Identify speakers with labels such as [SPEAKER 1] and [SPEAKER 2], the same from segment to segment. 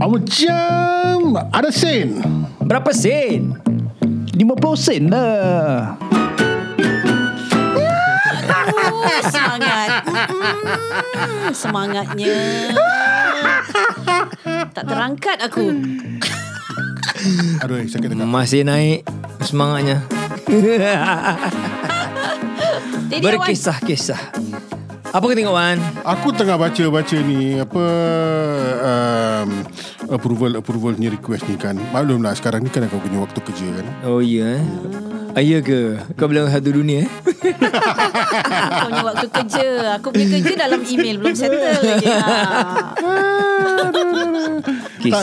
[SPEAKER 1] Macam Ada sen
[SPEAKER 2] Berapa sen? 50 sen lah
[SPEAKER 3] Oh, semangat. Mm, semangatnya. Tak terangkat aku.
[SPEAKER 1] Aduh eh, sakit tengah
[SPEAKER 4] Masih naik semangatnya.
[SPEAKER 3] Jadi
[SPEAKER 4] Berkisah-kisah. Apa kau tengok Wan?
[SPEAKER 1] Aku tengah baca-baca ni apa um, approval approval ni request ni kan. Maklumlah sekarang ni kan aku punya waktu kerja kan.
[SPEAKER 4] Oh ya eh. Ah, ya ke? Kau bilang satu dunia eh?
[SPEAKER 3] Awak Kau punya waktu kerja. Aku punya kerja dalam email. Belum settle lagi.
[SPEAKER 4] Hmm.
[SPEAKER 3] Ha.
[SPEAKER 4] Kisah.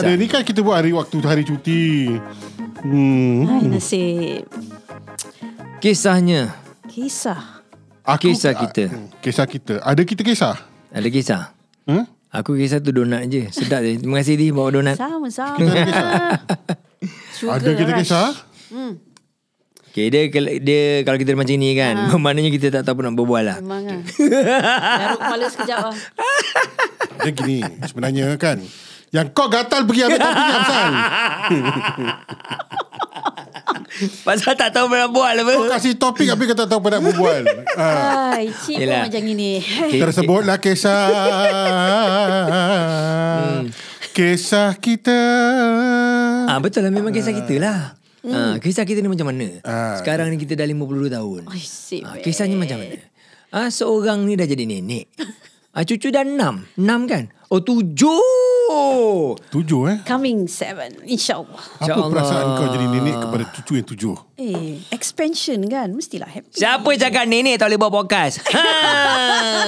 [SPEAKER 1] Tak ada ni kan kita buat hari waktu hari cuti. Hmm.
[SPEAKER 3] Hai nasib.
[SPEAKER 4] Kisahnya.
[SPEAKER 3] Kisah.
[SPEAKER 1] Aku,
[SPEAKER 4] Kisah kita.
[SPEAKER 1] Ah, Kisah kita. Ada kita kisah?
[SPEAKER 4] Ada kisah?
[SPEAKER 1] Hmm?
[SPEAKER 4] Aku kisah tu donat je. Sedap je. Terima kasih Di bawa donat.
[SPEAKER 3] Sama-sama.
[SPEAKER 1] Kita ada kisah?
[SPEAKER 3] Sugar
[SPEAKER 1] ada kita
[SPEAKER 3] rush.
[SPEAKER 1] kisah?
[SPEAKER 4] Okay, dia, dia kalau kita macam ni kan, ha. maknanya kita tak tahu pun nak berbual lah.
[SPEAKER 3] Memang lah. Garuk kepala sekejap lah.
[SPEAKER 1] Dia gini sebenarnya kan. Yang kau gatal pergi ambil topik yang pasal.
[SPEAKER 4] Pasal tak tahu nak buat lah.
[SPEAKER 1] Kau kasih topik tapi kau tak tahu pernah berbual. Ah.
[SPEAKER 3] Hai, cik pun
[SPEAKER 4] Yelah.
[SPEAKER 3] macam gini.
[SPEAKER 4] Eh,
[SPEAKER 1] Tersebutlah lah kisah Kisah kita
[SPEAKER 4] Hmm. Ah betul lah memang kisah kita lah. Ah, kisah kita ni macam mana? Sekarang ni kita dah 52 tahun.
[SPEAKER 3] Ai, sip,
[SPEAKER 4] Ah, kisahnya macam mana? Ah seorang ni dah jadi nenek. Ah cucu dah enam. Enam kan? Oh tujuh.
[SPEAKER 1] Tujuh eh
[SPEAKER 3] Coming seven. InsyaAllah.
[SPEAKER 1] Apa
[SPEAKER 4] Ya Allah.
[SPEAKER 1] perasaan kau jadi nenek kepada cucu yang tujuh?
[SPEAKER 3] Eh, expansion kan. Mestilah happy.
[SPEAKER 4] Siapa cakap nenek tak boleh buat podcast?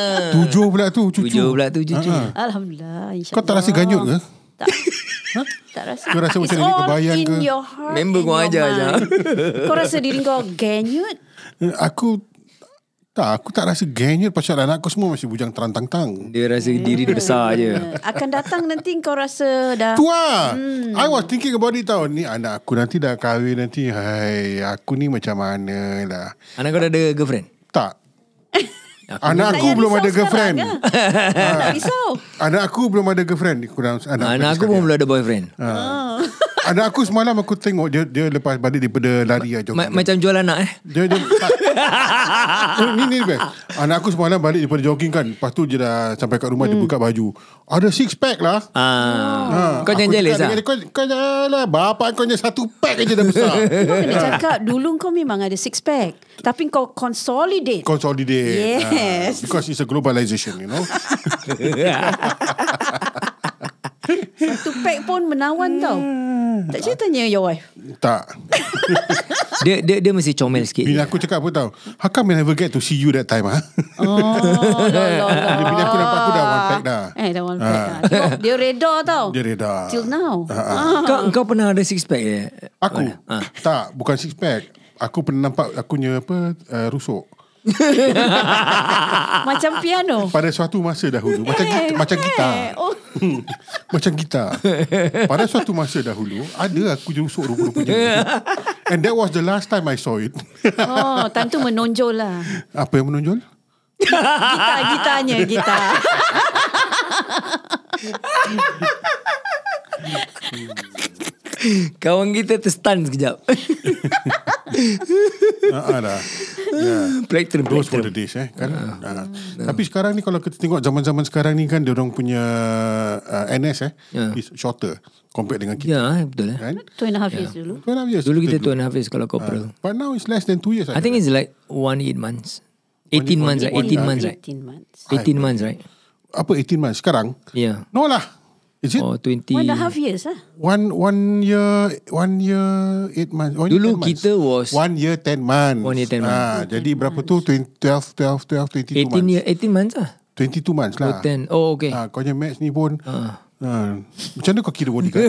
[SPEAKER 4] Ha.
[SPEAKER 1] Tujuh pula tu cucu
[SPEAKER 4] Eh. Tujuh pula tu cucu.
[SPEAKER 1] Ah, ah.
[SPEAKER 3] Alhamdulillah. InsyaAllah.
[SPEAKER 1] Kau tak rasa eh? ganjut ke?
[SPEAKER 3] Tak. tak rasa.
[SPEAKER 1] Kau rasa macam
[SPEAKER 3] It's
[SPEAKER 1] nenek
[SPEAKER 3] all
[SPEAKER 1] kebayang
[SPEAKER 3] in
[SPEAKER 1] ke?
[SPEAKER 3] your heart.
[SPEAKER 4] Member
[SPEAKER 3] in
[SPEAKER 4] kau
[SPEAKER 3] your
[SPEAKER 4] ajar je.
[SPEAKER 3] mind. Kau rasa diri kau ganyut?
[SPEAKER 1] Eh, Aku tak, aku tak rasa ganjut pasal anak aku semua masih bujang terantang-tang.
[SPEAKER 4] Dia rasa diri dia besar je.
[SPEAKER 3] Akan datang nanti kau rasa dah...
[SPEAKER 1] Tua!
[SPEAKER 4] Hmm.
[SPEAKER 1] I was thinking about it tau. Ni anak aku nanti dah kahwin nanti. Hai, aku ni macam mana lah.
[SPEAKER 4] Anak kau dah ada girlfriend?
[SPEAKER 1] Tak.
[SPEAKER 4] Aku
[SPEAKER 1] anak aku
[SPEAKER 3] payah
[SPEAKER 1] belum
[SPEAKER 3] risau
[SPEAKER 1] ada
[SPEAKER 3] sekarang
[SPEAKER 1] girlfriend.
[SPEAKER 4] lah.
[SPEAKER 1] Ah.
[SPEAKER 3] ke? tak risau.
[SPEAKER 1] Anak aku belum ada girlfriend. Kurang anak,
[SPEAKER 4] Ah, Anak aku
[SPEAKER 1] sekali.
[SPEAKER 4] pun belum ada boyfriend.
[SPEAKER 1] Ah, Anak aku semalam aku tengok dia dia lepas balik daripada lari aja.
[SPEAKER 4] Ma- macam jual anak eh.
[SPEAKER 1] dia dia tak. Eh, ni ni best. Anak aku semalam balik daripada jogging kan. Lepas tu dia dah sampai kat rumah dia buka baju. Ada six pack lah.
[SPEAKER 4] Hmm.
[SPEAKER 1] Ha,
[SPEAKER 4] Ah, kau
[SPEAKER 1] Aku
[SPEAKER 4] jangan
[SPEAKER 1] cakap
[SPEAKER 4] jealous
[SPEAKER 1] dengan
[SPEAKER 4] ah.
[SPEAKER 1] dia, Kau, kau lah Bapak kau ni satu pack aja dah besar
[SPEAKER 3] Kau kena
[SPEAKER 1] Ah.
[SPEAKER 3] cakap dulu kau memang ada six pack. Tapi kau consolidate.
[SPEAKER 1] Consolidate
[SPEAKER 3] Yes.
[SPEAKER 1] Ah, Because it's a globalization You know
[SPEAKER 3] Satu pack pun menawan tau.
[SPEAKER 1] Hmm.
[SPEAKER 3] Tak ceritanya your wife.
[SPEAKER 1] Tak
[SPEAKER 4] dia dia dia mesti comel sikit.
[SPEAKER 1] Bila aku cakap apa tau How come I never get to see you that time ah?
[SPEAKER 3] Oh, lol, lol, lol.
[SPEAKER 1] Dia punya aku nampak aku dah one pack dah
[SPEAKER 3] Eh, dah one pack dah. Tengok, Dia reda tau.
[SPEAKER 1] Ah. Dia reda Ah,
[SPEAKER 3] Till now.
[SPEAKER 4] Kau kau pernah ada six pack ya?
[SPEAKER 1] Aku Tak Bukan six pack Aku pernah nampak Aku punya apa uh, Rusuk
[SPEAKER 3] Ah, Macam piano.
[SPEAKER 1] Pada suatu masa dahulu Macam gita, Ah. macam gitar
[SPEAKER 3] Eh, oh.
[SPEAKER 1] Macam gitar Pada suatu masa dahulu Ada aku je rusuk rupa-rupanya And that was the last time I saw it
[SPEAKER 3] oh, time tu menonjol lah.
[SPEAKER 1] Apa yang menonjol?
[SPEAKER 3] Gitar-gitarnya, gitar.
[SPEAKER 4] Kawan kita terstun sekejap.
[SPEAKER 1] Haa lah yeah.
[SPEAKER 4] Plektrum,
[SPEAKER 1] Those were the
[SPEAKER 4] plektrum.
[SPEAKER 1] days eh kan. Ah. Tapi sekarang ni kalau kita tengok zaman-zaman sekarang ni kan dia orang punya uh, NS eh
[SPEAKER 4] Ya.
[SPEAKER 1] is shorter compared dengan kita
[SPEAKER 4] Ya, betul lah.
[SPEAKER 1] kan.
[SPEAKER 3] Two and a half years dulu.
[SPEAKER 1] Two and a half years.
[SPEAKER 4] Ya. Dulu kita tuan Hafiz kalau corporal.
[SPEAKER 1] But now it's less than two years.
[SPEAKER 4] I think it's like one eight months. 18 months right? 18 months right?
[SPEAKER 3] 18 months.
[SPEAKER 4] 18 months right?
[SPEAKER 1] apa 18 months sekarang?
[SPEAKER 4] Yeah.
[SPEAKER 1] No lah. Is it
[SPEAKER 4] Or 20.
[SPEAKER 3] One and a half years lah.
[SPEAKER 1] one one year one year eight months? One year,
[SPEAKER 4] Dulu
[SPEAKER 1] 10 months.
[SPEAKER 4] kita was-
[SPEAKER 1] one year ten months.
[SPEAKER 4] One year, 10 months.
[SPEAKER 1] Ah, jadi berapa tu? 20, 12, 12, 12, 22
[SPEAKER 4] 18
[SPEAKER 1] months.
[SPEAKER 4] year 18 months ah.
[SPEAKER 1] 22 months lah.
[SPEAKER 4] Oh, 10. Oh, okay.
[SPEAKER 1] Ah, kau punya match ni pun. Uh. Ah, macam mana kau kira body kan?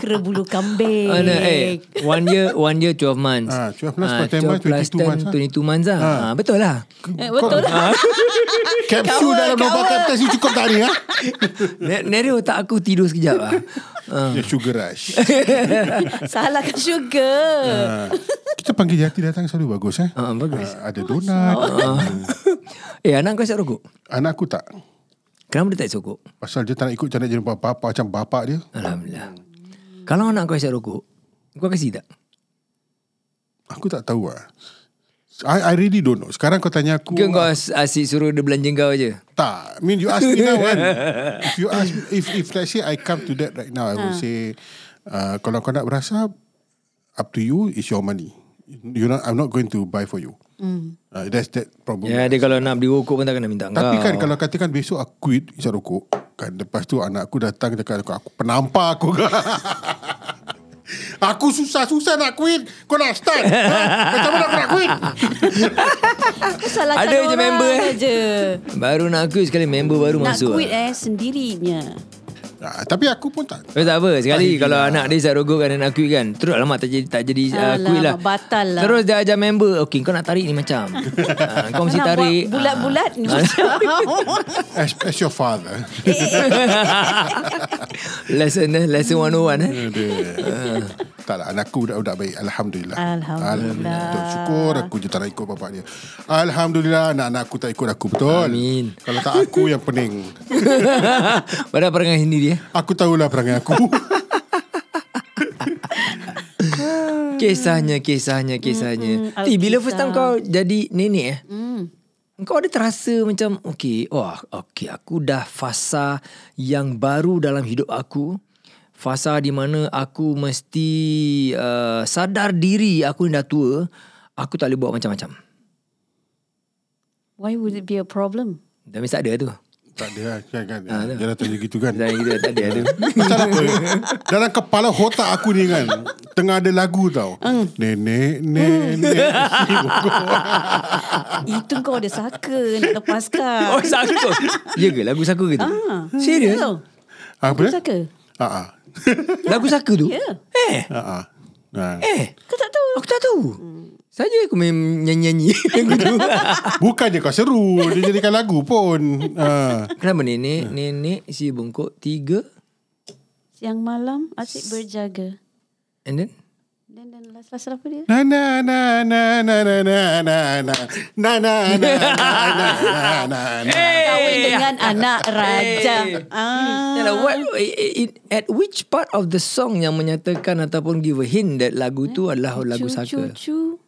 [SPEAKER 3] Kera bulu kambing.
[SPEAKER 4] Oh, no, eh, one year one year 12 months.
[SPEAKER 1] Ah, 12 plus
[SPEAKER 4] Ah,
[SPEAKER 1] 10 months,
[SPEAKER 4] 12 plus
[SPEAKER 1] 22 months, ah.
[SPEAKER 4] 22 months ah. Ah, betul lah.
[SPEAKER 3] Eh, betul lah.
[SPEAKER 4] ah.
[SPEAKER 1] Kapsul
[SPEAKER 3] Cover,
[SPEAKER 1] dalam lubang
[SPEAKER 3] cover.
[SPEAKER 1] kapsul cukup tak ni ha?
[SPEAKER 4] Ne- Nero otak aku tidur sekejap ah. Ah.
[SPEAKER 1] Dia sugar rush.
[SPEAKER 3] Salahkan sugar.
[SPEAKER 1] Ah, kita panggil jati datang selalu bagus eh.
[SPEAKER 4] Ah, bagus.
[SPEAKER 1] Ah, ada donat.
[SPEAKER 4] Eh, anak kau siap rokok?
[SPEAKER 1] Anak aku tak.
[SPEAKER 4] Kenapa dia tak sokok?
[SPEAKER 1] Pasal dia tak nak ikut macam nak jadi bapa macam bapak dia.
[SPEAKER 4] Alhamdulillah. Kalau anak kau isap rokok, kau kasi tak?
[SPEAKER 1] Aku tak tahu lah. I, I really don't know. Sekarang kau tanya aku.
[SPEAKER 4] Ke kau as- asyik suruh dia belanja kau je?
[SPEAKER 1] Tak. I mean you ask me now kan. if you ask if if let's say I come to that right now, I
[SPEAKER 4] Ah.
[SPEAKER 1] will say uh, kalau kau nak berasap up to you is your money. You not I'm not going to buy for you. Mm. Uh, that's that problem.
[SPEAKER 4] Ya, dia kalau nak beli rokok pun tak kena minta
[SPEAKER 1] Tapi
[SPEAKER 4] kau.
[SPEAKER 1] kan kalau katakan besok aku quit isap rokok kan lepas tu anak aku datang cakap aku, aku penampar aku. aku susah-susah nak quit. Kau nak start. Ha? Macam mana aku nak quit?
[SPEAKER 3] Aku salahkan
[SPEAKER 4] Ada je
[SPEAKER 3] orang
[SPEAKER 4] member, eh.
[SPEAKER 3] je.
[SPEAKER 4] Baru nak aku sekali member baru
[SPEAKER 3] Nak
[SPEAKER 4] masuk. lah. ah.
[SPEAKER 3] quit eh sendirinya.
[SPEAKER 1] Ah, tapi aku pun tak.
[SPEAKER 4] Eh, tak apa Sekali kalau
[SPEAKER 1] lah.
[SPEAKER 4] anak dia Isap rokok kan Dan nak quit kan Terus alamak tak jadi, tak jadi uh,
[SPEAKER 3] Alamak,
[SPEAKER 4] quit lah
[SPEAKER 3] batal lah.
[SPEAKER 4] Terus dia ajar member Okay kau nak tarik ni macam Ah, Kau mesti
[SPEAKER 3] Nak buat
[SPEAKER 4] tarik Ah.
[SPEAKER 3] Bulat-bulat ni macam.
[SPEAKER 1] As, as your father.
[SPEAKER 4] Lesson eh Lesson 101 eh
[SPEAKER 1] Dia- tak lah anak aku budak-budak baik Alhamdulillah
[SPEAKER 3] Alhamdulillah.
[SPEAKER 1] Betul. Syukur aku je tak nak ikut bapak dia Alhamdulillah anak-anak aku tak ikut aku betul
[SPEAKER 4] Amin.
[SPEAKER 1] Kalau tak aku yang pening
[SPEAKER 4] Pada perangai sendiri eh
[SPEAKER 1] Aku tahulah perangai aku
[SPEAKER 4] Hmm. Kisahnya Kisahnya Kisahnya
[SPEAKER 3] mm,
[SPEAKER 4] Ti bila
[SPEAKER 3] Alkisah. Hmm.
[SPEAKER 4] first time kau Jadi nenek eh Kau ada terasa macam Okay Wah okay Aku dah fasa Yang baru dalam hidup aku Fasa di mana aku mesti uh, Sadar diri aku yang dah tua Aku tak boleh buat macam-macam
[SPEAKER 3] Why would it be a problem?
[SPEAKER 4] Dah mesti tak ada tu
[SPEAKER 1] Tak ada kan, kan. Dia dah tanya gitu kan
[SPEAKER 4] Dah kita tak ada tu
[SPEAKER 1] Macam apa Dalam kepala otak aku ni kan Tengah ada lagu tau Nenek Nenek
[SPEAKER 3] Itu kau ada saka nak lepaskan.
[SPEAKER 4] Oh saka tu Ya ke lagu saka ke tu
[SPEAKER 3] Ah,
[SPEAKER 4] Serius
[SPEAKER 3] tahu?
[SPEAKER 1] Apa dia?
[SPEAKER 3] Saka?
[SPEAKER 1] Ah, ah.
[SPEAKER 4] Lagu saka tu
[SPEAKER 3] Ya. Yeah.
[SPEAKER 4] Eh
[SPEAKER 1] Ah, ah. Ah.
[SPEAKER 4] Eh
[SPEAKER 3] Kau tak tahu? Hmm.
[SPEAKER 4] Aku tak tahu Saja aku main nyanyi-nyanyi lagu tu
[SPEAKER 1] Bukannya kau seru Dia jadikan lagu pun ah.
[SPEAKER 4] Kenapa nenek Nenek si bongkok Tiga
[SPEAKER 3] Siang malam asyik berjaga.
[SPEAKER 4] And then
[SPEAKER 3] Dan dan last last apa dia?
[SPEAKER 1] Na na na na na na na na na na na na na na na na.
[SPEAKER 3] Kahwin dengan
[SPEAKER 4] ya.
[SPEAKER 3] anak raja.
[SPEAKER 4] Eh.
[SPEAKER 3] Ah.
[SPEAKER 4] Yalah, what, i- i- At which part of the song Yang menyatakan Ataupun give a hint That lagu tu adalah Lagu saka
[SPEAKER 3] Eh, Cucu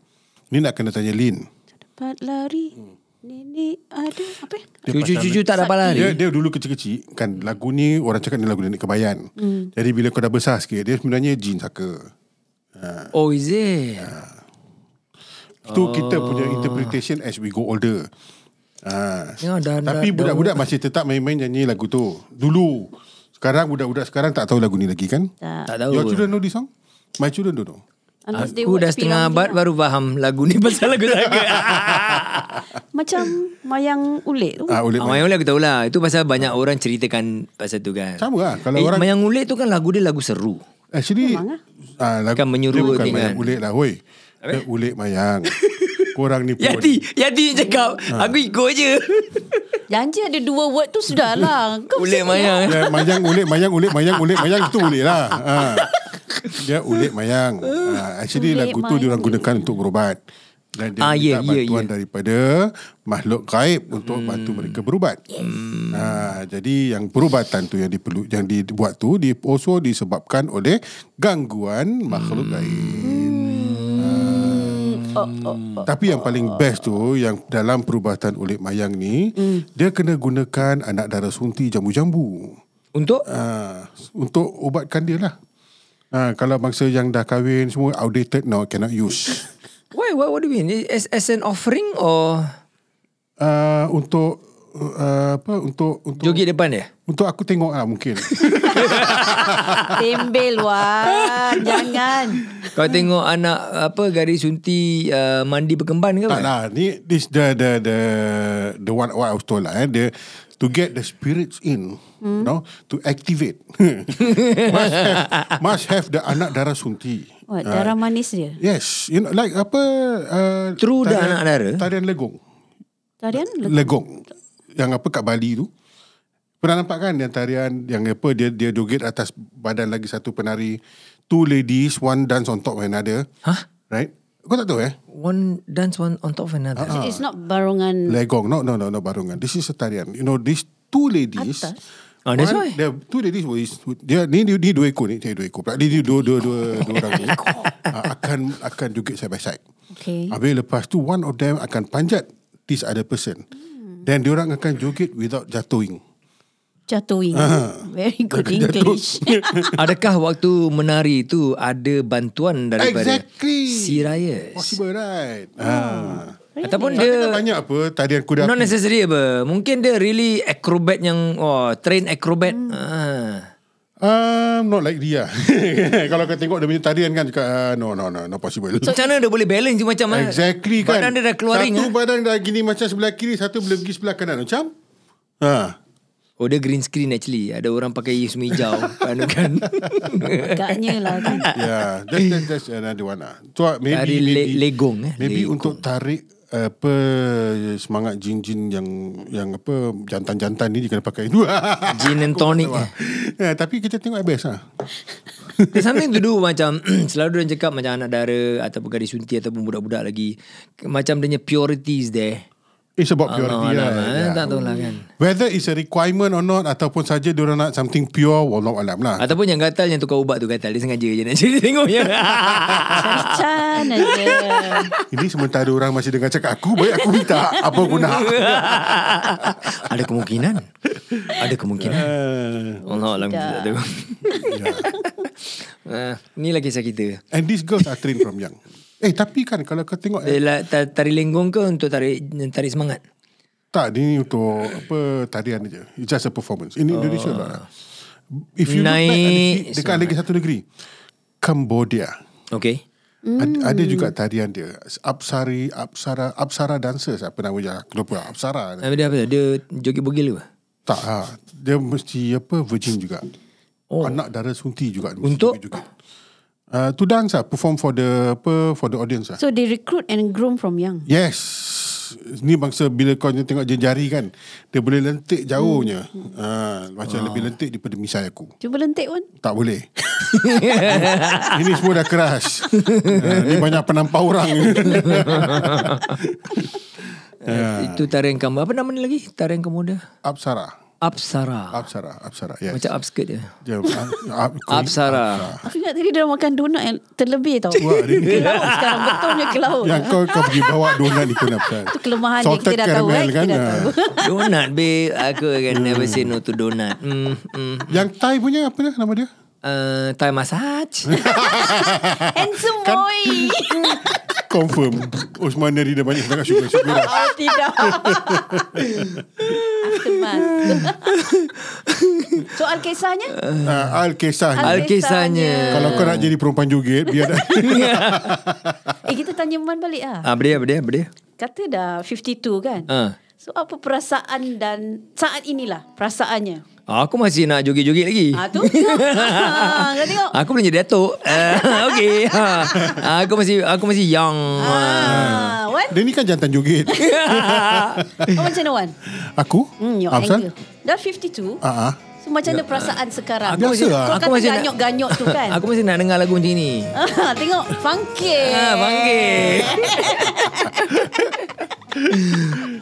[SPEAKER 1] Ni nak kena tanya Lin.
[SPEAKER 3] dapat lari.
[SPEAKER 4] Hmm.
[SPEAKER 3] Nenek ada apa? ya?
[SPEAKER 4] Cucu-cucu tak dapat lari
[SPEAKER 1] Dia dia dulu kecil-kecil kan lagu ni orang cakap ni lagu nenek kebayan. Jadi bila kau dah besar sikit dia sebenarnya jin saka.
[SPEAKER 4] Oh is it
[SPEAKER 3] Ah.
[SPEAKER 1] Itu kita punya
[SPEAKER 4] Ah.
[SPEAKER 1] interpretation as we go older. Ha.
[SPEAKER 4] Ya, dah-
[SPEAKER 1] Tapi
[SPEAKER 4] dah-
[SPEAKER 1] budak-budak masih tetap main-main nyanyi lagu tu. Dulu. Sekarang budak-budak sekarang tak tahu lagu ni lagi kan?
[SPEAKER 3] Tak.
[SPEAKER 4] Tak
[SPEAKER 1] Your
[SPEAKER 4] tahu
[SPEAKER 1] children know this song? My children don't know.
[SPEAKER 3] Unless they
[SPEAKER 4] Aku
[SPEAKER 3] watch
[SPEAKER 4] dah setengah
[SPEAKER 3] film
[SPEAKER 4] abad
[SPEAKER 3] juga.
[SPEAKER 4] Baru faham Lagu ni pasal lagu saka
[SPEAKER 3] Macam mayang ulit tu.
[SPEAKER 1] Ah, oleh
[SPEAKER 4] Ah, Mayang Ulit aku tahu lah. Itu pasal banyak orang ceritakan pasal tu kan.
[SPEAKER 1] Sama lah. Kalau
[SPEAKER 4] eh,
[SPEAKER 1] orang- Oh,
[SPEAKER 4] Mayang Ulit tu kan lagu dia lagu seru.
[SPEAKER 1] Actually ah, lagu,
[SPEAKER 4] Kan menyuruh
[SPEAKER 1] Dia bukan
[SPEAKER 4] ni
[SPEAKER 1] mayang
[SPEAKER 4] kan.
[SPEAKER 1] ulit lah Hoi Dia ulit mayang Korang ni pun
[SPEAKER 4] Yati, Yati cakap,
[SPEAKER 1] Ah.
[SPEAKER 4] aku ikut je.
[SPEAKER 3] Janji ada dua word tu sudahlah. Kau
[SPEAKER 4] Ulit
[SPEAKER 3] mesti-
[SPEAKER 4] Mayang.
[SPEAKER 1] Dia Ya, mayang ulit mayang ulit mayang ulit mayang Itu ulit lah ha. Dia ulit mayang ha. Actually
[SPEAKER 3] Ulit
[SPEAKER 1] lagu tu diorang
[SPEAKER 3] mayang.
[SPEAKER 1] gunakan untuk berubat dan dia ah,
[SPEAKER 4] Ah,
[SPEAKER 1] minta yeah,
[SPEAKER 4] ya, ya,
[SPEAKER 1] bantuan
[SPEAKER 4] ya. Hmm.
[SPEAKER 1] daripada makhluk gaib untuk bantu mereka berubat. Ha, jadi yang perubatan tu yang diperlu yang dibuat tu di also disebabkan oleh gangguan makhluk
[SPEAKER 4] Hmm.
[SPEAKER 1] gaib.
[SPEAKER 3] Oh, oh, oh.
[SPEAKER 1] Tapi yang paling best tu yang dalam perubatan ulit mayang ni
[SPEAKER 3] Hmm.
[SPEAKER 1] dia kena gunakan anak darah sunti jambu-jambu.
[SPEAKER 4] Untuk?
[SPEAKER 1] Ah untuk ubatkan dia lah. Ah kalau bangsa yang dah kahwin semua outdated now cannot use.
[SPEAKER 4] Why, why, what do you mean? As, as an offering or
[SPEAKER 1] Ah untuk uh, apa untuk untuk
[SPEAKER 4] joget depan dia?
[SPEAKER 1] untuk aku tengok lah mungkin.
[SPEAKER 3] Tembel Wan. Jangan.
[SPEAKER 4] Kau tengok anak apa garis sunti uh, mandi berkemban
[SPEAKER 1] tak
[SPEAKER 4] ke? apa?
[SPEAKER 1] lah ni this the the the the one what I was told lah eh the to get the spirits in you
[SPEAKER 4] Hmm.
[SPEAKER 1] know to activate must have must have the anak darah sunti
[SPEAKER 3] What,
[SPEAKER 4] Ah.
[SPEAKER 3] darah manis dia?
[SPEAKER 1] yes you know like apa uh,
[SPEAKER 4] Through the anak darah?
[SPEAKER 1] tarian legong
[SPEAKER 3] Tarian?
[SPEAKER 4] Ah.
[SPEAKER 3] Le-
[SPEAKER 1] Legong Yang apa kat Bali tu Pernah nampak kan yang tarian Yang apa dia dia joget atas badan lagi satu penari Two ladies One dance on top of another
[SPEAKER 4] Hah?
[SPEAKER 1] Right Kau tak tahu eh
[SPEAKER 4] Hmm. One
[SPEAKER 1] Ah,
[SPEAKER 4] dance one on top of another.
[SPEAKER 3] It's not barongan.
[SPEAKER 1] Legong No no no no barungan This is a tarian You know this two ladies.
[SPEAKER 4] Ah, that's
[SPEAKER 1] One-
[SPEAKER 4] why.
[SPEAKER 1] The two ladies were is- dia ni ni, ni dua ekor ni, saya dua ekor. Pula. Dia ni dua dua dua dua orang ni. Ah, akan akan joget side by side.
[SPEAKER 3] Okay.
[SPEAKER 4] Ah.
[SPEAKER 1] Habis lepas tu one of them akan panjat this other person. Then diorang akan joget without jatuhin.
[SPEAKER 3] Jatuhin.
[SPEAKER 4] Ah.
[SPEAKER 3] Very good English.
[SPEAKER 4] Adakah waktu menari tu ada bantuan daripada
[SPEAKER 1] Exactly.
[SPEAKER 4] Si Raya?
[SPEAKER 1] Possible right? Ah.
[SPEAKER 4] Ataupun
[SPEAKER 1] Dia kan
[SPEAKER 4] dia
[SPEAKER 1] banyak apa tarian kuda
[SPEAKER 4] not
[SPEAKER 1] api.
[SPEAKER 4] necessary apa? Mungkin dia really acrobat yang oh, train acrobat. Hmm. Ah.
[SPEAKER 1] Um, not like dia. Kalau kau tengok dia punya tarian kan cakap, ah, no, no, no, not possible.
[SPEAKER 4] So, macam mana dia boleh balance tu macam mana?
[SPEAKER 1] exactly kan.
[SPEAKER 4] Badan dia dah keluar ring.
[SPEAKER 1] Satu
[SPEAKER 4] ah.
[SPEAKER 1] badan dah gini macam sebelah kiri, satu boleh pergi sebelah kanan. Macam? Ha.
[SPEAKER 4] Oh dia green screen actually. Ada orang pakai semua hijau. kan kan.
[SPEAKER 3] Agaknya lah kan.
[SPEAKER 4] ah,
[SPEAKER 1] Yeah, that's, that's, that's another one lah. So, maybe,
[SPEAKER 4] Tari le-
[SPEAKER 1] maybe,
[SPEAKER 4] legong, eh.
[SPEAKER 1] Maybe
[SPEAKER 4] Legong.
[SPEAKER 1] untuk tarik apa semangat jin-jin yang yang apa jantan-jantan ni dia kena pakai dua.
[SPEAKER 4] Gin and tonic. eh?
[SPEAKER 1] ya, tapi kita tengok best lah.
[SPEAKER 4] There's something to do macam selalu dia cakap macam anak dara ataupun gadis sunti ataupun budak-budak lagi. Macam dia punya purity is there.
[SPEAKER 1] It's about purity lah.
[SPEAKER 4] Allah Alam, eh,
[SPEAKER 1] Yeah.
[SPEAKER 4] Tak tahu lah kan.
[SPEAKER 1] Whether it's a requirement or not ataupun saja diorang nak something pure wallahu alam lah.
[SPEAKER 4] Ataupun yang gatal yang tukar ubat tu gatal dia sengaja je nak cari tengok yang
[SPEAKER 3] Cari-can aja.
[SPEAKER 1] Ini sementara orang masih dengar cakap aku baik aku minta apa guna.
[SPEAKER 4] ada kemungkinan. Ada
[SPEAKER 1] Ya.
[SPEAKER 4] kemungkinan. Allah alam kita tak tahu. Ah, Ni lagi kisah kita.
[SPEAKER 1] And these girls are trained from young. Eh tapi kan kalau kau tengok
[SPEAKER 4] Dia
[SPEAKER 1] eh,
[SPEAKER 4] lah ta- Tari lenggong ke untuk tarik tarik semangat?
[SPEAKER 1] tak dia ni untuk apa tarian aja. It's just a performance. In Indonesia lah. If you
[SPEAKER 4] Oh. Naik
[SPEAKER 1] look back dekat, dekat
[SPEAKER 4] semangat.
[SPEAKER 1] lagi satu negeri. Cambodia.
[SPEAKER 4] Okay.
[SPEAKER 1] Mm. Ada, ada juga tarian dia. Apsari, Apsara, Apsara dancers apa nama dia. Aku lupa. Apsara.
[SPEAKER 4] Habis dia apa? Dia joget bogil ke? apa?
[SPEAKER 1] Tak ha. Dia mesti apa virgin juga. Oh. Anak dara sunti juga. mesti
[SPEAKER 4] Untuk?
[SPEAKER 1] juga. Uh, to dance lah. Perform for the apa for the audience lah.
[SPEAKER 3] So they recruit and groom from young.
[SPEAKER 1] Yes. Ni bangsa bila kau ni tengok dia jari kan. Dia boleh lentik jauhnya.
[SPEAKER 4] Hmm.
[SPEAKER 1] Ha, macam
[SPEAKER 4] Ah.
[SPEAKER 1] lebih lentik daripada misai aku.
[SPEAKER 3] Cuba lentik pun.
[SPEAKER 1] Tak boleh. Ini semua dah keras. Ha, ni banyak penampar orang.
[SPEAKER 4] Itu tarian kamu. Apa nama ni lagi? Tarian kamu dah?
[SPEAKER 1] Apsara.
[SPEAKER 4] Apsara.
[SPEAKER 1] Apsara. Apsara. Yes.
[SPEAKER 4] Macam upskirt dia.
[SPEAKER 1] dia, ah, ab, ab,
[SPEAKER 4] Apsara.
[SPEAKER 3] Aku ingat tadi dia makan donat yang terlebih tau.
[SPEAKER 1] Wah, dia ni
[SPEAKER 3] Ke laut sekarang. Betul punya ke laut.
[SPEAKER 1] Yang kau kau pergi bawa donat ni kena pesan.
[SPEAKER 3] Itu kelemahan dia. Kita dah tahu kan. Kita dah tahu.
[SPEAKER 1] Ha.
[SPEAKER 4] Donut babe. Aku akan never say no to donut. Hmm, hmm.
[SPEAKER 1] Yang Thai punya apa dia nama dia?
[SPEAKER 4] Uh, Thai massage.
[SPEAKER 3] Handsome boy.
[SPEAKER 1] Confirm. Oh, Osman dari dah banyak sangat sugar sugar.
[SPEAKER 3] Oh, tidak. Teman. Soal kisahnya?
[SPEAKER 1] Uh, al kisahnya.
[SPEAKER 3] Al-
[SPEAKER 4] Alkisahnya.
[SPEAKER 1] Kalau kau nak jadi perempuan joget biar dah.
[SPEAKER 3] Eh, kita tanya Man balik ah.
[SPEAKER 4] Ah, berdia, berdia, berdia.
[SPEAKER 3] Kata dah 52 kan?
[SPEAKER 4] Ah.
[SPEAKER 3] So apa perasaan dan saat inilah perasaannya?
[SPEAKER 4] Ah, Aku masih nak joget-joget lagi.
[SPEAKER 3] Ah tu. ha, kau tengok.
[SPEAKER 4] Aku belum jadi datuk. Uh, okay. Ha. Aku masih aku masih young.
[SPEAKER 3] Ah, Wan,
[SPEAKER 1] Dia ni kan jantan joget.
[SPEAKER 3] kau macam mana Wan?
[SPEAKER 1] Aku?
[SPEAKER 3] Hmm, your
[SPEAKER 1] Afzal?
[SPEAKER 3] angle. Dah 52.
[SPEAKER 1] Ah, ah.
[SPEAKER 3] So macam mana perasaan
[SPEAKER 4] Ya.
[SPEAKER 3] sekarang?
[SPEAKER 4] Aku
[SPEAKER 1] Biasa
[SPEAKER 4] masih
[SPEAKER 1] lah.
[SPEAKER 3] Kau
[SPEAKER 4] aku
[SPEAKER 3] kata
[SPEAKER 4] masih nak-
[SPEAKER 3] ganyok-ganyok tu kan?
[SPEAKER 4] Aku masih nak dengar lagu macam ni.
[SPEAKER 3] Ah, tengok funky.
[SPEAKER 4] Ah, panggil.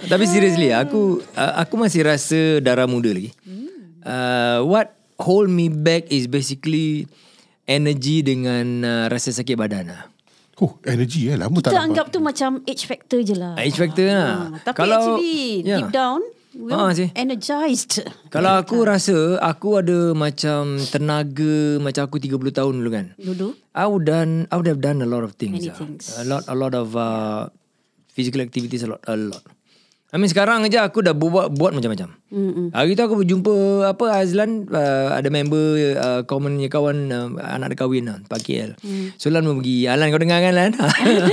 [SPEAKER 4] Tapi seriously, aku uh, aku masih rasa darah muda lagi. Uh, what hold me back is basically energy dengan uh, rasa sakit badan lah.
[SPEAKER 1] Oh, energy eh. Lama tak
[SPEAKER 3] Kita
[SPEAKER 1] nampak.
[SPEAKER 3] anggap tu macam age factor je lah.
[SPEAKER 4] Age factor lah.
[SPEAKER 3] Ah, tapi
[SPEAKER 4] Kalau-
[SPEAKER 3] actually
[SPEAKER 4] Ya.
[SPEAKER 3] deep down we
[SPEAKER 4] Ah,
[SPEAKER 3] are
[SPEAKER 4] sih.
[SPEAKER 3] energized.
[SPEAKER 4] Kalau aku rasa aku ada macam tenaga macam aku 30 tahun dulu kan.
[SPEAKER 3] Dulu.
[SPEAKER 4] I would done I would have done a lot of things.
[SPEAKER 3] Many
[SPEAKER 4] ah.
[SPEAKER 3] things.
[SPEAKER 4] A lot a lot of uh, physical activities a lot a lot. I mean sekarang aja aku dah buat buat macam-macam. Mm-mm. Hari tu aku berjumpa apa Azlan uh, ada member uh, common punya kawan uh, anak dia kahwin lah Pak KL. Mm. So Lan pun pergi. Alan kau dengar kan Lan?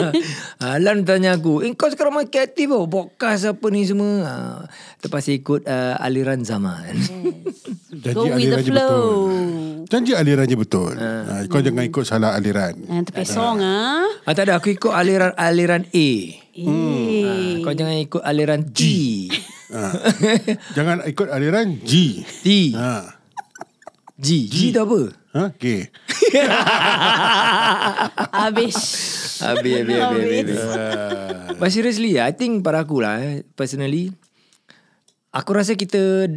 [SPEAKER 4] Alan tanya aku, "Eh kau sekarang makin aktif oh, podcast apa ni semua?" Uh, terpaksa ikut uh, aliran zaman.
[SPEAKER 1] Janji
[SPEAKER 3] Go with the
[SPEAKER 1] aliran je
[SPEAKER 3] flow.
[SPEAKER 1] betul. Janji aliran je betul. Ah, kau jangan ikut salah aliran.
[SPEAKER 3] Ah, terpesong ah.
[SPEAKER 4] ah, tak ada aku ikut aliran aliran A.
[SPEAKER 3] Eh.
[SPEAKER 4] Ah, kau jangan ikut aliran G. Ah.
[SPEAKER 1] Jangan ikut aliran G.
[SPEAKER 4] T.
[SPEAKER 1] Ha.
[SPEAKER 4] G. G tu apa?
[SPEAKER 1] Ha? Okay.
[SPEAKER 3] Habis.
[SPEAKER 4] Habis, habis, habis, habis. habis. Ah. But seriously, I think pada aku lah, eh, personally, aku rasa kita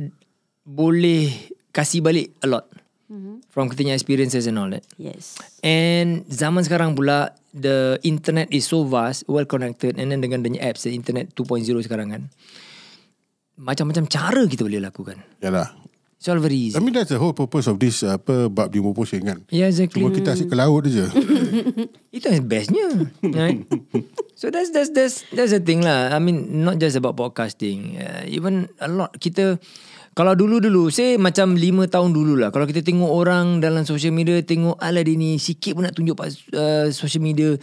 [SPEAKER 4] boleh kasih balik a lot mm-hmm. from kita punya experiences and all that.
[SPEAKER 3] Yes.
[SPEAKER 4] And zaman sekarang pula the internet is so vast, well connected and then dengan adanya apps, the internet 2.0 sekarang kan. Macam-macam cara kita boleh lakukan.
[SPEAKER 1] Yalah.
[SPEAKER 4] It's all very
[SPEAKER 1] I
[SPEAKER 4] easy.
[SPEAKER 1] mean that's the whole purpose of this uh, apa bab lima pusing kan.
[SPEAKER 4] Yeah, exactly.
[SPEAKER 1] Cuma kita asyik ke laut je.
[SPEAKER 4] Itu yang bestnya right? So that's that's that's that's the thing lah I mean not just about podcasting uh, Even a lot Kita Kalau dulu-dulu Say macam 5 tahun dulu lah Kalau kita tengok orang dalam social media Tengok ala dia ni Sikit pun nak tunjuk pas, uh, social media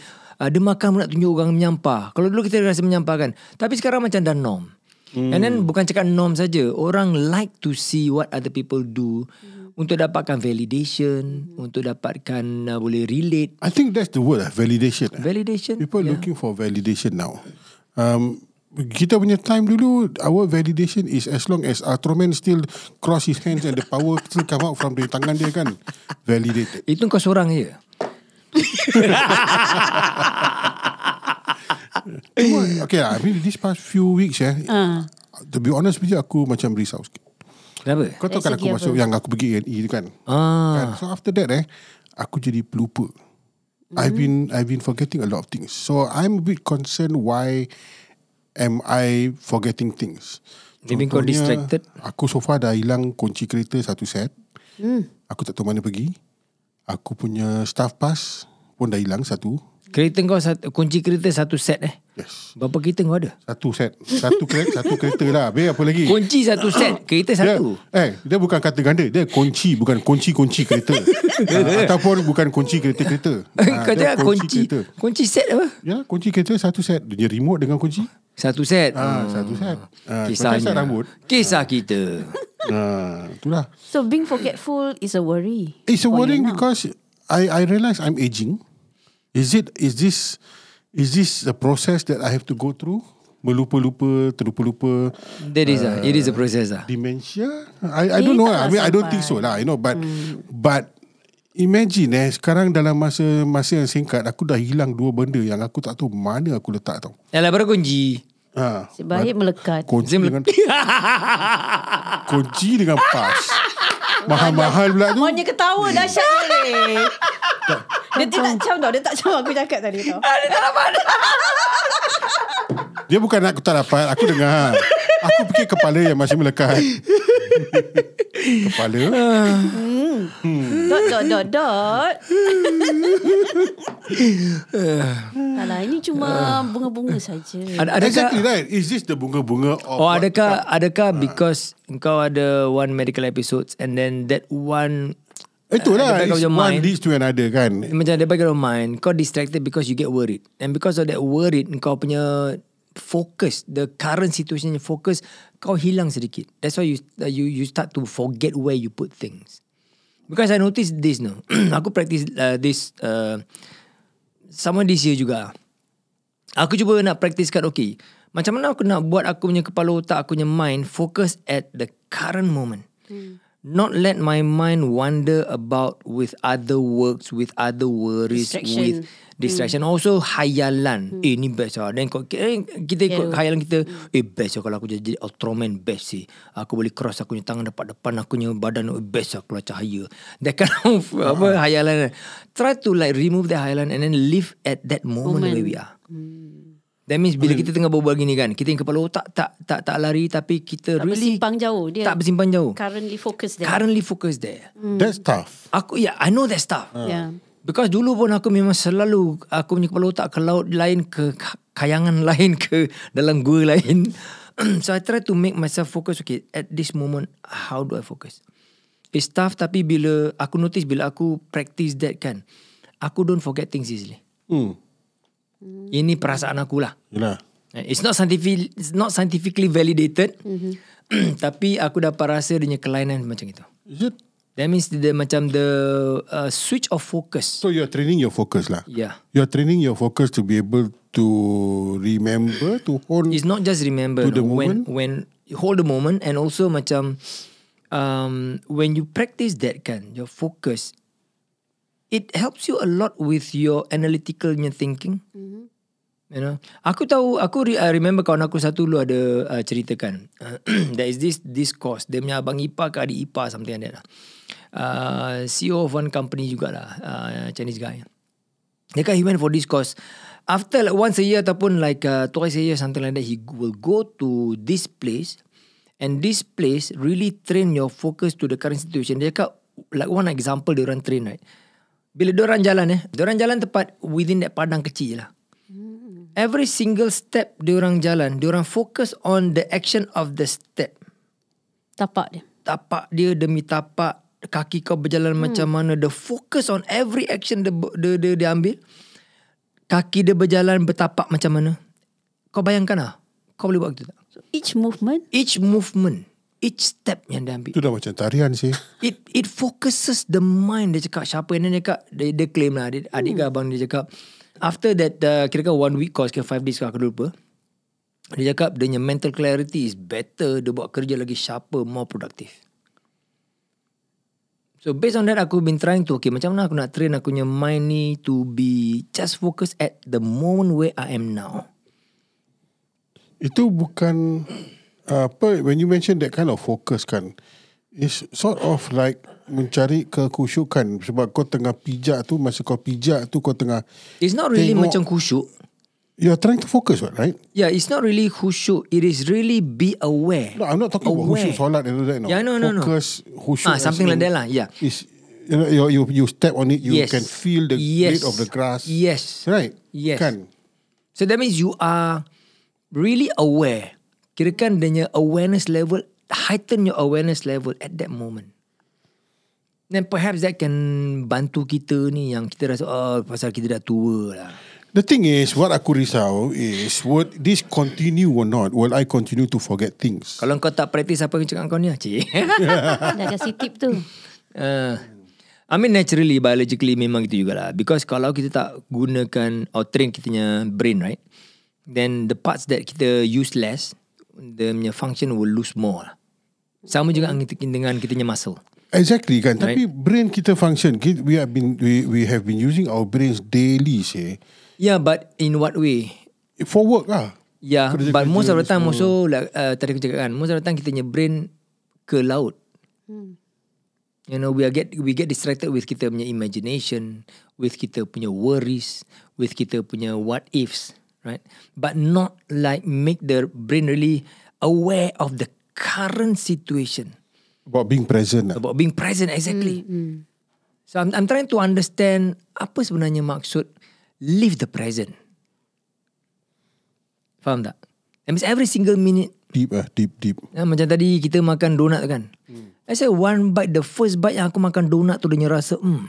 [SPEAKER 4] uh, Dia makan pun nak tunjuk orang menyampah Kalau dulu kita rasa menyampah kan Tapi sekarang macam dah norm mm. And then bukan cakap norm saja Orang like to see what other people do Untuk dapatkan validation Untuk dapatkan uh, Boleh relate
[SPEAKER 1] I think that's the word lah, validation. eh.
[SPEAKER 4] Validation
[SPEAKER 1] People yeah. looking for validation now. Um, kita punya time dulu, our validation is as long as Ultraman still cross his hands and the power still come out from the tangan dia kan. Validated.
[SPEAKER 4] Itu kau seorang je
[SPEAKER 1] Cuma, okay lah, I mean this past few weeks eh,
[SPEAKER 3] Ah.
[SPEAKER 1] uh. to be honest with you, aku macam risau sikit.
[SPEAKER 4] Kenapa?
[SPEAKER 1] Kau tahu kan
[SPEAKER 3] Dari
[SPEAKER 1] aku
[SPEAKER 3] segi
[SPEAKER 1] masuk yang aku pergi A&E tu kan?
[SPEAKER 4] Ah,
[SPEAKER 1] Kan? So after that eh, aku jadi pelupa. I've
[SPEAKER 4] Hmm.
[SPEAKER 1] been I've been forgetting a lot of things. So I'm a bit concerned why am I forgetting things.
[SPEAKER 4] Maybe kau
[SPEAKER 1] Contohnya,
[SPEAKER 4] distracted?
[SPEAKER 1] Aku so far dah hilang kunci kereta satu set. Hmm. Aku tak tahu mana pergi. Aku punya staff pass pun dah hilang satu.
[SPEAKER 4] kereta kau satu, kunci kereta satu set eh.
[SPEAKER 1] Yes.
[SPEAKER 4] Berapa kereta kau ada?
[SPEAKER 1] Satu set. Satu kereta, satu kereta lah. Habis apa lagi?
[SPEAKER 4] Kunci satu set, kereta
[SPEAKER 1] Dia,
[SPEAKER 4] satu.
[SPEAKER 1] eh, dia bukan kata ganda. Dia kunci. Bukan kunci-kunci kereta. ha, ataupun bukan kunci kereta-kereta. Ah,
[SPEAKER 4] kau
[SPEAKER 1] dia
[SPEAKER 4] cakap kunci,
[SPEAKER 1] kereta.
[SPEAKER 4] kunci set apa?
[SPEAKER 1] Ya, kunci kereta satu set. Dia punya remote dengan kunci.
[SPEAKER 4] Satu set.
[SPEAKER 1] Ah,
[SPEAKER 4] Hmm.
[SPEAKER 1] satu set. Ah,
[SPEAKER 4] Kisahnya.
[SPEAKER 1] kunci set rambut.
[SPEAKER 4] Kisah kita.
[SPEAKER 1] Ah, itulah.
[SPEAKER 3] So being forgetful is a worry.
[SPEAKER 1] It's a
[SPEAKER 3] for you
[SPEAKER 1] worrying
[SPEAKER 3] now.
[SPEAKER 1] because I I realise I'm aging. Is it is this is this the process that I have to go through? Melupa-lupa, terlupa-lupa,
[SPEAKER 4] That is
[SPEAKER 1] Ah.
[SPEAKER 4] uh, it is a process lah.
[SPEAKER 1] dementia? I I don't
[SPEAKER 3] Eh,
[SPEAKER 1] know.
[SPEAKER 3] tak
[SPEAKER 1] lah. I mean, I don't think so
[SPEAKER 3] sampai. Hmm.
[SPEAKER 1] lah. You know, but but imagine eh sekarang dalam masa masa yang singkat aku dah hilang dua benda yang aku tak tahu mana aku letak tau.
[SPEAKER 4] Alah baru kunci.
[SPEAKER 1] Ha.
[SPEAKER 3] Nasib baik melekat.
[SPEAKER 1] Kunci dengan Kunci dengan pas Mahal-mahal pula tu
[SPEAKER 3] Maunya ketawa dahsyat ni. Dia, dia tak cam tau Dia tak cam aku cakap tadi tau
[SPEAKER 1] Dia bukan aku tak dapat Aku dengar Aku fikir kepala yang masih melekat
[SPEAKER 4] Ah,
[SPEAKER 1] Kepala
[SPEAKER 3] Dot dot dot dot Alah ini cuma bunga-bunga saja
[SPEAKER 4] Ada adakah
[SPEAKER 1] Exactly right Is this the bunga-bunga of
[SPEAKER 4] Oh
[SPEAKER 1] what-
[SPEAKER 4] adakah adakah because kau ada one medical episodes and then that one
[SPEAKER 1] Itulah
[SPEAKER 4] Adakah
[SPEAKER 1] it's
[SPEAKER 4] kau punya
[SPEAKER 1] One
[SPEAKER 4] mind?
[SPEAKER 1] leads to another kan
[SPEAKER 4] macam ada background mind kau distracted because you get worried and because of that worried kau punya focus the current situation your focus kau hilang sedikit that's why you uh, you you start to forget where you put things because i noticed this no aku practice uh, this uh, sama this year juga aku cuba nak practice kat okay macam mana aku nak buat aku punya kepala otak aku punya mind focus at the current moment
[SPEAKER 3] Hmm.
[SPEAKER 4] Not let my mind wander about with other works, with other worries,
[SPEAKER 3] Distraction. Hmm.
[SPEAKER 4] with distraction. Also hayalan. Eh ni best lah. Then kau, eh, kita ikut
[SPEAKER 3] Yeah. Hmm.
[SPEAKER 4] hayalan kita. Eh best lah kalau aku jadi Ultraman best sih. Aku boleh cross aku punya tangan dapat depan aku punya badan. Eh, best lah keluar cahaya. That kind of apa,
[SPEAKER 3] Ah.
[SPEAKER 4] hayalan. Try to like remove that hayalan and then live at that moment,
[SPEAKER 3] Moment.
[SPEAKER 4] where we are. That means bila kita tengah berbual gini kan, kita yang kepala otak tak tak tak lari tapi kita
[SPEAKER 3] Tak
[SPEAKER 4] really
[SPEAKER 3] bersimpang jauh Dia
[SPEAKER 4] tak bersimpan jauh.
[SPEAKER 3] currently focus dia Hmm.
[SPEAKER 4] Currently focus there.
[SPEAKER 1] That's tough
[SPEAKER 4] Aku yeah, I know that stuff.
[SPEAKER 3] Yeah
[SPEAKER 4] Because dulu pun aku memang selalu aku punya kepala otak ke laut lain ke ka- kayangan lain ke dalam gua lain. so I try to make myself focus okay at this moment how do I focus? It's tough tapi bila aku notice bila aku practice that kan aku don't forget things easily.
[SPEAKER 1] hmm.
[SPEAKER 3] Hmm.
[SPEAKER 4] Ini perasaan aku lah.
[SPEAKER 1] Yelah
[SPEAKER 4] Eh, It's not scientific, it's not scientifically validated. Mm-hmm. tapi aku dapat rasa dia punya kelainan macam itu.
[SPEAKER 1] Is it
[SPEAKER 4] That means the, macam the uh, switch of focus. Ya.
[SPEAKER 1] So you're training your focus lah
[SPEAKER 4] Yeah.
[SPEAKER 1] You're training your focus to be able to remember, to hone.
[SPEAKER 4] It's not just remember
[SPEAKER 1] To the
[SPEAKER 4] no,
[SPEAKER 1] moment?
[SPEAKER 4] when when you hold the moment and also macam um, when you practice that kan your focus it helps you a lot with your analytical punya thinking. You know, aku tahu aku re, I remember kawan aku satu dulu ada uh, ceritakan. there is this this course dia punya abang ipar ke adik ipar something like that. lah. Uh, CEO of one company jugalah uh, Chinese guy. Dia kan he went for this course. After like once a year ataupun like uh, twice a year something like that he will go to this place and this place really train your focus to the current situation. Dia cakap like one example dia orang train right. Bila dia orang jalan eh, dia orang jalan tepat within that padang kecil je lah. Every single step dia orang jalan, dia orang focus on the action of the step
[SPEAKER 3] Tapak dia.
[SPEAKER 4] tapak dia demi tapak kaki kau berjalan hmm. macam mana the focus on every action dia, dia, dia, dia ambil kaki dia berjalan bertapak macam mana kau bayangkan lah kau boleh buat gitu tak
[SPEAKER 3] So each movement
[SPEAKER 4] each movement each step yang dia ambil
[SPEAKER 1] Itu dah macam tarian sih.
[SPEAKER 4] It it focuses the mind Dia cakap siapa yang dia cakap Dia, dia claim lah adik, adik
[SPEAKER 1] Hmm.
[SPEAKER 4] ke abang dia cakap After that uh, Kira-kira one week course ke Five days ke aku lupa Dia cakap Dia punya mental clarity is better Dia buat kerja lagi sharper More productive So based on that Aku been trying to Okay macam mana aku nak train Aku punya mind ni To be Just focus at the moment Where I am now
[SPEAKER 1] Itu bukan uh, apa when you mention that kind of focus kan is sort of like mencari kekusyukan sebab kau tengah pijak tu masa kau pijak tu kau tengah
[SPEAKER 4] It's not really
[SPEAKER 1] Tengok.
[SPEAKER 4] macam khusyuk
[SPEAKER 1] you are trying to focus what right
[SPEAKER 4] Yeah, it's not really khusyuk. It is really be aware.
[SPEAKER 1] no I'm not talking about khusyuk solat and all that no
[SPEAKER 4] Yeah, no, no, no.
[SPEAKER 1] focus khusyuk
[SPEAKER 4] Ah, something
[SPEAKER 1] as
[SPEAKER 4] like
[SPEAKER 1] in
[SPEAKER 4] that lah, yeah.
[SPEAKER 1] is you, know, you you you step on it you
[SPEAKER 4] Yes.
[SPEAKER 1] can feel the
[SPEAKER 4] Yes.
[SPEAKER 1] weight of the grass
[SPEAKER 4] Yes.
[SPEAKER 1] right
[SPEAKER 4] Yes.
[SPEAKER 1] kan
[SPEAKER 4] So that means you are really aware. Kirakan dia punya awareness level, heighten your awareness level at that moment. Then perhaps that can bantu kita ni yang kita rasa, oh pasal kita dah tua lah.
[SPEAKER 1] The thing is, what aku risau is, would this continue or not? Will I continue to forget things?
[SPEAKER 4] Kalau kau tak praktis apa yang cakap kau ni, Ah, cik.
[SPEAKER 3] dah kasi tip tu.
[SPEAKER 4] Uh, I mean naturally biologically memang gitu jugalah because kalau kita tak gunakan or train kita punya brain right then the parts that kita use less the punya function will lose more lah. Sama juga dengan kita- dengan kita punya muscle.
[SPEAKER 1] Exactly kan. Tapi brain kita function. Ki- We have been we we have been using our brains daily, say,
[SPEAKER 4] Yeah but in what way?
[SPEAKER 1] for work lah.
[SPEAKER 4] Yeah
[SPEAKER 1] Kerja-kerja
[SPEAKER 4] Ya, but most of the time also like uh, tadi aku cakap kan most of the time kita punya brain ke laut. You know we are get we get distracted with kita punya imagination, with kita punya worries, with kita punya what ifs, right? But not like make the brain really aware of the current situation
[SPEAKER 1] About being present lah.
[SPEAKER 4] about being present exactly. So I'm I'm trying to understand apa sebenarnya maksud live the present. Faham tak? That means every single minute
[SPEAKER 1] Deep ah, deep, deep.
[SPEAKER 4] Ya, macam tadi kita makan donat kan. Hmm. I said one bite, the first bite yang aku makan donat tu dia punya rasa, hmm,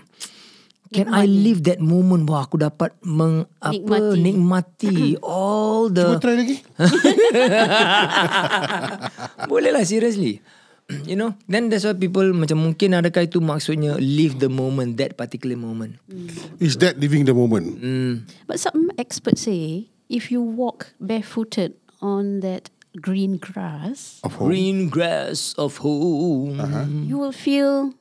[SPEAKER 4] can I live that moment wah aku dapat meng, apa, nikmati all
[SPEAKER 1] Cuba
[SPEAKER 4] the...
[SPEAKER 1] try lagi.
[SPEAKER 4] Boleh lah seriously. You know, then that's why people macam mungkin adakah itu maksudnya live the moment, that particular moment.
[SPEAKER 1] Is that living the moment?
[SPEAKER 3] But some experts say if you walk barefooted on that green grass,
[SPEAKER 1] Of home.
[SPEAKER 4] Green grass of home. Uh-huh.
[SPEAKER 3] you will feel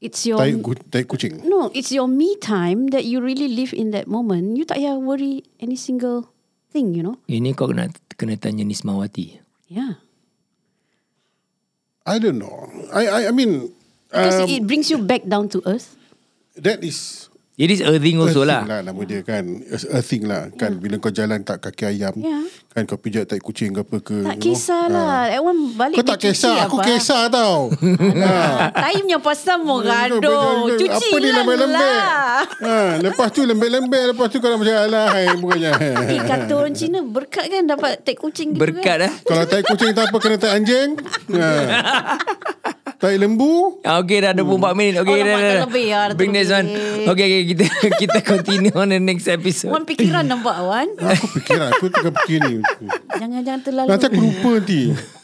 [SPEAKER 3] it's your
[SPEAKER 1] Tai, gu- tai kucing.
[SPEAKER 3] no, it's your me time that you really live in that moment. You tak payah worry any single thing, you know.
[SPEAKER 4] Ini kau kena, kena tanya Nismawati.
[SPEAKER 3] Yeah.
[SPEAKER 1] I don't know. I I, I mean, um,
[SPEAKER 3] Because it brings you back down to earth.
[SPEAKER 1] that is
[SPEAKER 4] It is earthing also
[SPEAKER 1] Earthing lah
[SPEAKER 4] lah.
[SPEAKER 1] nama dia kan It's earthing lah kan bila kau jalan tak kaki ayam
[SPEAKER 3] Yeah.
[SPEAKER 1] kan kau pijak tak kucing ke apa ke
[SPEAKER 3] Tak
[SPEAKER 1] you know.
[SPEAKER 3] kisahlah. That
[SPEAKER 1] Ah.
[SPEAKER 3] one balik
[SPEAKER 1] kau tak
[SPEAKER 3] dia cuci
[SPEAKER 1] kisah aku
[SPEAKER 3] apa.
[SPEAKER 1] kisah tau
[SPEAKER 3] Ah, Time yang pasal morado. Cuci
[SPEAKER 1] apa ni
[SPEAKER 3] hilang
[SPEAKER 1] lembek-lembek
[SPEAKER 3] lah.
[SPEAKER 1] ha, lepas tu lembek-lembek lepas tu kau nak macam alah hai, bukannya
[SPEAKER 3] Eh, kata orang Cina berkat kan dapat tek kucing gitu
[SPEAKER 4] Berkat
[SPEAKER 3] kan.
[SPEAKER 4] lah.
[SPEAKER 1] kalau tak kucing tak apa kena tak anjing ha. tak lembu
[SPEAKER 4] Ah, Okay dah 24 hmm. minit Okay
[SPEAKER 3] Oh,
[SPEAKER 4] dah,
[SPEAKER 3] lambat
[SPEAKER 4] dah,
[SPEAKER 3] dah
[SPEAKER 4] dah.
[SPEAKER 3] lebih lah, dah
[SPEAKER 4] Bring this one
[SPEAKER 3] terlebih.
[SPEAKER 4] Okay, okay kita Kita continue on the next episode
[SPEAKER 3] Wan pikiran nampak Wan.
[SPEAKER 1] aku fikir lah, aku tengah fikir ni
[SPEAKER 3] Jangan-jangan terlalu.
[SPEAKER 1] nanti aku lupa nanti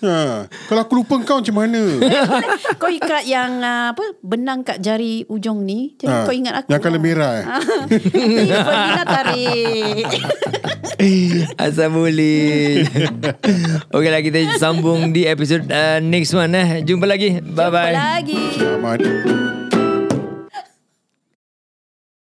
[SPEAKER 1] ha. kalau aku lupa kau macam mana
[SPEAKER 3] Kau ikat yang ah, apa benang kat jari ujung ni. Jadi
[SPEAKER 1] Ah,
[SPEAKER 3] kau ingat aku. lah. Ha.
[SPEAKER 1] yang colour merah, eh?
[SPEAKER 3] Ni Ferdina tarik.
[SPEAKER 4] Asal boleh Okay lah kita
[SPEAKER 3] lah.
[SPEAKER 4] sambung di episode uh, next one eh Jumpa lagi Bye-bye
[SPEAKER 3] Apa lagi?
[SPEAKER 1] Ahmad